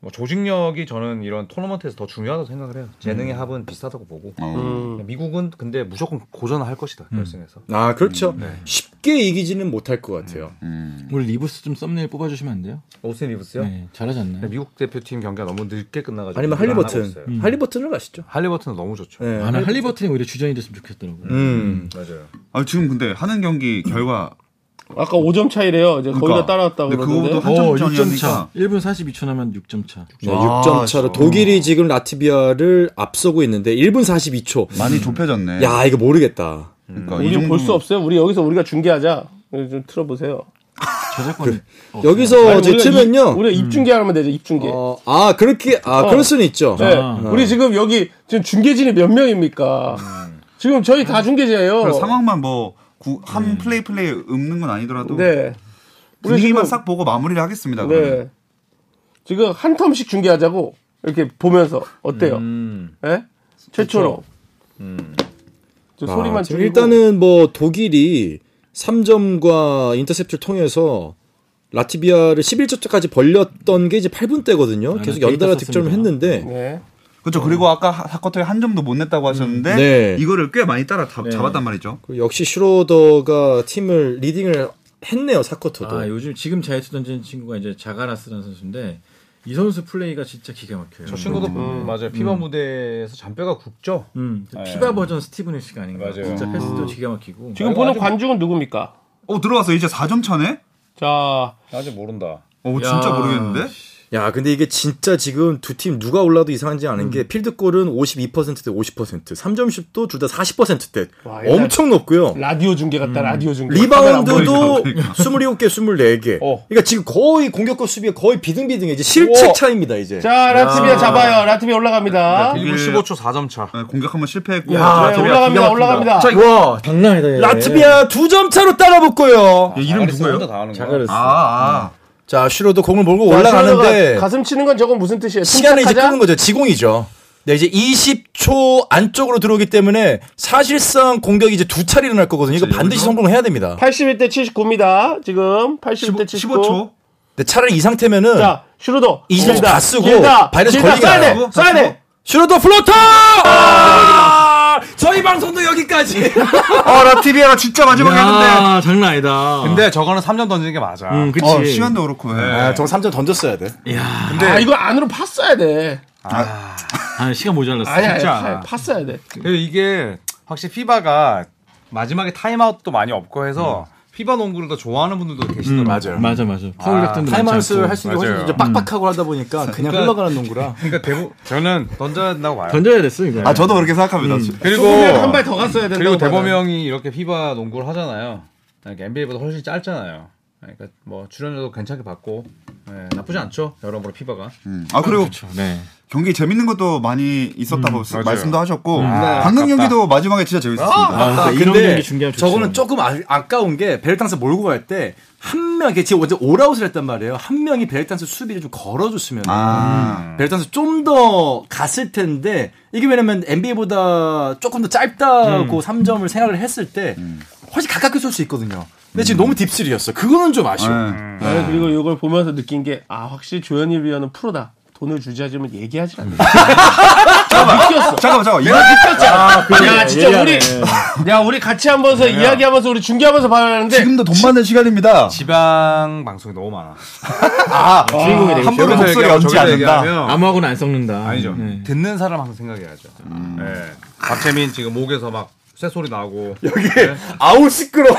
[SPEAKER 2] 뭐 조직력이 저는 이런 토너먼트에서 더 중요하다고 생각을 해요. 재능의 합은 비슷하다고 보고.
[SPEAKER 1] 어.
[SPEAKER 4] 음.
[SPEAKER 2] 미국은 근데 무조건 고전할 것이다 결승에서.
[SPEAKER 5] 아, 그렇죠. 쉽게 이기지는 못할 것 같아요.
[SPEAKER 1] 음.
[SPEAKER 3] 오늘 리브스 좀 썸네일 뽑아주시면 안 돼요?
[SPEAKER 2] 오스틴 리브스요?
[SPEAKER 3] 네, 잘하지 않나요?
[SPEAKER 2] 근데 미국 대표팀 경기가 너무 늦게 끝나가지고
[SPEAKER 5] 아니면
[SPEAKER 2] 기대를 안 하고
[SPEAKER 5] 할리버튼.
[SPEAKER 2] 있어요.
[SPEAKER 5] 음. 할리버튼으로 가시죠.
[SPEAKER 2] 할리버튼은 너무 좋죠.
[SPEAKER 5] 네.
[SPEAKER 3] 아, 나 할리버튼이 오히려 주전이 됐으면 좋겠더라고요.
[SPEAKER 5] 음.
[SPEAKER 2] 맞아요.
[SPEAKER 1] 아 지금 근데 하는 경기 결과.
[SPEAKER 4] 아까 5점 차이래요. 이제 거의 다
[SPEAKER 1] 그러니까.
[SPEAKER 4] 따라왔다고
[SPEAKER 1] 근데
[SPEAKER 4] 그러는데.
[SPEAKER 1] 그거보다 한점 전이니까.
[SPEAKER 3] 1분 42초 남았 6점 차.
[SPEAKER 5] 네,
[SPEAKER 1] 아,
[SPEAKER 5] 6점
[SPEAKER 1] 진짜.
[SPEAKER 5] 차로 독일이 지금 라트비아를 앞서고 있는데 1분 42초. 음.
[SPEAKER 1] 많이 좁혀졌네.
[SPEAKER 5] 야, 이거 모르겠다.
[SPEAKER 1] 그러니까 이
[SPEAKER 4] 우리 볼
[SPEAKER 1] 정도면-
[SPEAKER 4] 수 없어요. 우리 여기서 우리가 중계하자. 좀 틀어보세요.
[SPEAKER 3] 저작권
[SPEAKER 5] 그 여기서
[SPEAKER 4] 우리가
[SPEAKER 5] 제
[SPEAKER 4] 입-
[SPEAKER 5] 치면요.
[SPEAKER 4] 우리가 입중계 하면 되죠. 입중계.
[SPEAKER 5] 어, 아 그렇게 아 그럴 수는 있죠.
[SPEAKER 4] 네. 우리 지금 여기 지금 중계진이 몇 명입니까? 지금 저희 다 중계제예요.
[SPEAKER 1] 그래서 상황만 뭐 한 플레이 플레이 읊는 건 아니더라도
[SPEAKER 4] 네.
[SPEAKER 1] 분위기만
[SPEAKER 4] 지금-
[SPEAKER 1] 싹 보고 마무리를 하겠습니다. 그러면.
[SPEAKER 4] 네. 지금 한 텀씩 중계하자고 이렇게 보면서 어때요?
[SPEAKER 1] 음.
[SPEAKER 4] 예? 최초로. 저
[SPEAKER 5] 아,
[SPEAKER 4] 소리만
[SPEAKER 5] 지금
[SPEAKER 4] 줄이고
[SPEAKER 5] 일단은 뭐 독일이 3점과 인터셉트를 통해서 라티비아를 11점까지 벌렸던 게 이제 8분 때거든요.
[SPEAKER 3] 아,
[SPEAKER 5] 계속
[SPEAKER 3] 네,
[SPEAKER 5] 연달아
[SPEAKER 3] 데이터
[SPEAKER 5] 득점을
[SPEAKER 3] 썼습니다.
[SPEAKER 5] 했는데
[SPEAKER 4] 네.
[SPEAKER 1] 그렇죠. 그리고 아까 하- 사커터에 한 점도 못 냈다고 하셨는데
[SPEAKER 5] 네.
[SPEAKER 1] 이거를 꽤 많이 따라
[SPEAKER 2] 네.
[SPEAKER 1] 잡, 잡았단 말이죠.
[SPEAKER 5] 그 역시 슈로더가 팀을 리딩을 했네요. 사쿼터도.
[SPEAKER 3] 아 요즘 지금 자유투 던지는 친구가 이제 자가라스라는 선수인데 이 선수 플레이가 진짜 기가 막혀요.
[SPEAKER 2] 저 친구도 맞아요. 피바 무대에서 잔뼈가 굵죠.
[SPEAKER 3] 음, 피바 버전 스티븐 해시가 아닌가.
[SPEAKER 2] 맞아요.
[SPEAKER 3] 진짜 패스도 기가 막히고.
[SPEAKER 4] 지금 보는 관중은 누굽니까?
[SPEAKER 1] 어 들어와서 이제 4점 차네.
[SPEAKER 4] 자,
[SPEAKER 2] 아직 모른다.
[SPEAKER 1] 어 진짜
[SPEAKER 3] 야.
[SPEAKER 1] 모르겠는데.
[SPEAKER 5] 야, 근데 이게 진짜 지금 두 팀 누가 올라도 이상한지 아는 게 필드골은 52%대 50%, 3점슛도 둘 다 40%대.
[SPEAKER 4] 와, 일단-
[SPEAKER 5] 엄청 높고요.
[SPEAKER 4] 라디오 중계
[SPEAKER 1] 음.
[SPEAKER 4] 같다. 라디오 중계.
[SPEAKER 5] 리바운드도 24개, 24개.
[SPEAKER 4] 어.
[SPEAKER 5] 그러니까 지금 거의 공격과 수비가 거의 비등비등해. 이제 실책
[SPEAKER 4] 우와.
[SPEAKER 5] 차입니다, 이제.
[SPEAKER 4] 자, 라트비아 잡아요. 라트비아 올라갑니다.
[SPEAKER 1] 네,
[SPEAKER 2] 1분
[SPEAKER 1] 그-
[SPEAKER 2] 15초 4점 차.
[SPEAKER 1] 네, 공격 한번 실패했고.
[SPEAKER 5] 아,
[SPEAKER 1] 아,
[SPEAKER 4] 네, 올라갑니다. 올라갑니다.
[SPEAKER 5] 와,
[SPEAKER 3] 장난 아니다. 얘.
[SPEAKER 5] 라트비아 두 점 차로 따라 붙고요.
[SPEAKER 1] 야, 이름 누구예요?
[SPEAKER 2] 혼자 다 하는 거야.
[SPEAKER 3] 자가라스.
[SPEAKER 1] 아, 아.
[SPEAKER 5] 자, 슈로도 공을 몰고
[SPEAKER 4] 자,
[SPEAKER 5] 올라가는데
[SPEAKER 4] 슈러가 가슴 치는 건 저건 무슨 뜻이에요?
[SPEAKER 5] 시간을 이제
[SPEAKER 4] 침착하자?
[SPEAKER 5] 끄는 거죠. 지공이죠. 네, 이제 20초 안쪽으로 들어오기 때문에 사실상 공격이 이제 두 차례 일어날 거거든요. 이거 반드시 성공을 해야 됩니다.
[SPEAKER 4] 81대 79입니다. 지금 81대 79.
[SPEAKER 1] 15초.
[SPEAKER 5] 근데 차라리 이 상태면은
[SPEAKER 4] 자, 슈로도.
[SPEAKER 5] 이십오 다 쓰고
[SPEAKER 4] 길다.
[SPEAKER 5] 바이러스
[SPEAKER 4] 길다.
[SPEAKER 5] 걸리게
[SPEAKER 4] 써야
[SPEAKER 5] 하고.
[SPEAKER 4] 돼. 써야 돼.
[SPEAKER 5] 슈로도 플로터! 저희 방송도 여기까지.
[SPEAKER 1] 아, 라티비아가 진짜 마지막에 했는데.
[SPEAKER 3] 야, 장난 아니다.
[SPEAKER 2] 근데 저거는 3점 던지는 게 맞아.
[SPEAKER 3] 음, 그치.
[SPEAKER 1] 어, 시간도 그렇고. 예.
[SPEAKER 5] 아, 저 3점 던졌어야 돼. 네.
[SPEAKER 4] 아, 이거 안으로 팠어야 돼.
[SPEAKER 3] 아, 시간 모자랐어.
[SPEAKER 4] 아니, 아니,
[SPEAKER 2] 진짜.
[SPEAKER 4] 파- 팠어야 돼.
[SPEAKER 2] 그리고 이게 확실히 피바가 마지막에 타임아웃도 많이 없고 해서 피바 농구를 더 좋아하는 분들도 계시더라고요.
[SPEAKER 5] 맞아요.
[SPEAKER 3] 맞아, 맞아. 파울 격전도
[SPEAKER 5] 타임아웃을 할 수 있는 게
[SPEAKER 2] 맞아요.
[SPEAKER 5] 훨씬 이제 빡빡하고 하다 보니까 그냥 흘러가는 농구라.
[SPEAKER 2] 그러니까 대부 저는 던져야 된다고 봐요.
[SPEAKER 3] 던져야 됐어, 이거.
[SPEAKER 1] 아, 저도 그렇게 생각합니다. 지-
[SPEAKER 2] 그리고
[SPEAKER 4] 한 발 더 갔어야 된다.
[SPEAKER 2] 그리고 대범형이 이렇게 피바 농구를 하잖아요. 그러니까 NBA보다 훨씬 짧잖아요. 그러니까 뭐 출연료도 괜찮게 받고 예, 나쁘지 않죠. 여러모로 피바가.
[SPEAKER 1] 음. 아, 그리고
[SPEAKER 3] 네.
[SPEAKER 1] 경기 재밌는 것도 많이 있었다고 말- 말씀도 하셨고
[SPEAKER 2] 네,
[SPEAKER 1] 방금
[SPEAKER 2] 아깝다.
[SPEAKER 1] 경기도 마지막에 진짜
[SPEAKER 5] 어?
[SPEAKER 1] 재밌었습니다.
[SPEAKER 3] 아, 그러니까 이런 경기 중계하면 좋죠.
[SPEAKER 5] 저거는 조금 아, 아까운 게 베르탕스 몰고 갈 때 한 명, 이게 지금 어제 올아웃을 했단 말이에요. 한 명이 베르탕스 수비를 좀 걸어줬으면.
[SPEAKER 1] 아,
[SPEAKER 5] 베르탄스 좀 더 갔을 텐데 이게 왜냐면 NBA보다 조금 더 짧다고 3점을 생각을 했을 때 훨씬 가깝게 쏠 수 있거든요. 근데 지금 너무 딥스리였어. 그거는 좀 아쉬워.
[SPEAKER 1] 네.
[SPEAKER 4] 네, 그리고 이걸 보면서 느낀 게, 아, 확실히 조현일 위원은 프로다. 돈을 주지 않으면 얘기하지 않는다. 나 느꼈어.
[SPEAKER 1] 잠깐만 잠깐만 이거
[SPEAKER 4] 아, 네, 야, 진짜 우리, 야, 우리 같이 하면서 이야기하면서 우리 중계하면서 봐야 하는데,
[SPEAKER 1] 지금도 돈 받는 시간입니다.
[SPEAKER 2] 지방 방송이 너무 많아.
[SPEAKER 3] 주인공이 되고.
[SPEAKER 1] 함부로
[SPEAKER 2] 저기서
[SPEAKER 1] 목소리
[SPEAKER 2] 얘기하면
[SPEAKER 1] 얹지
[SPEAKER 2] 저기서
[SPEAKER 1] 않는다.
[SPEAKER 2] 얘기하면
[SPEAKER 3] 아무하고는 안 썩는다.
[SPEAKER 2] 아니죠.
[SPEAKER 3] 네.
[SPEAKER 2] 듣는 사람 항상 생각해야죠. 예. 박재민 지금 목에서 막 쇠소리 나고. 네.
[SPEAKER 5] 여기 아우 시끄러.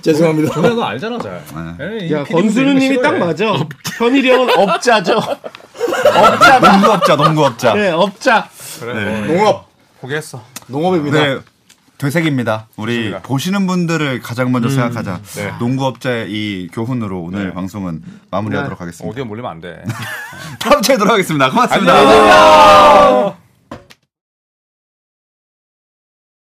[SPEAKER 5] 죄송합니다.
[SPEAKER 2] 그러니까. 뭐, 전에 너 알잖아, 잘. 네, 에이, 이
[SPEAKER 4] 야,
[SPEAKER 2] PD 분들
[SPEAKER 4] 권순우
[SPEAKER 2] 이런 거
[SPEAKER 4] 님이
[SPEAKER 2] 싫어해.
[SPEAKER 4] 딱 맞아. 현일이 형은 업자죠.
[SPEAKER 1] 농구업자 농구업자.
[SPEAKER 4] 네, 업자.
[SPEAKER 2] 그래. 뭐,
[SPEAKER 5] 농업
[SPEAKER 2] 포기했어.
[SPEAKER 5] 농업입니다.
[SPEAKER 1] 네. 되색입니다. 우리 보시는 분들을 가장 먼저 생각하자. 농구업자의 이 교훈으로 오늘 방송은 마무리하도록 하겠습니다.
[SPEAKER 2] 오디오 몰리면 안 돼.
[SPEAKER 1] 다음 주에 돌아가겠습니다. 고맙습니다.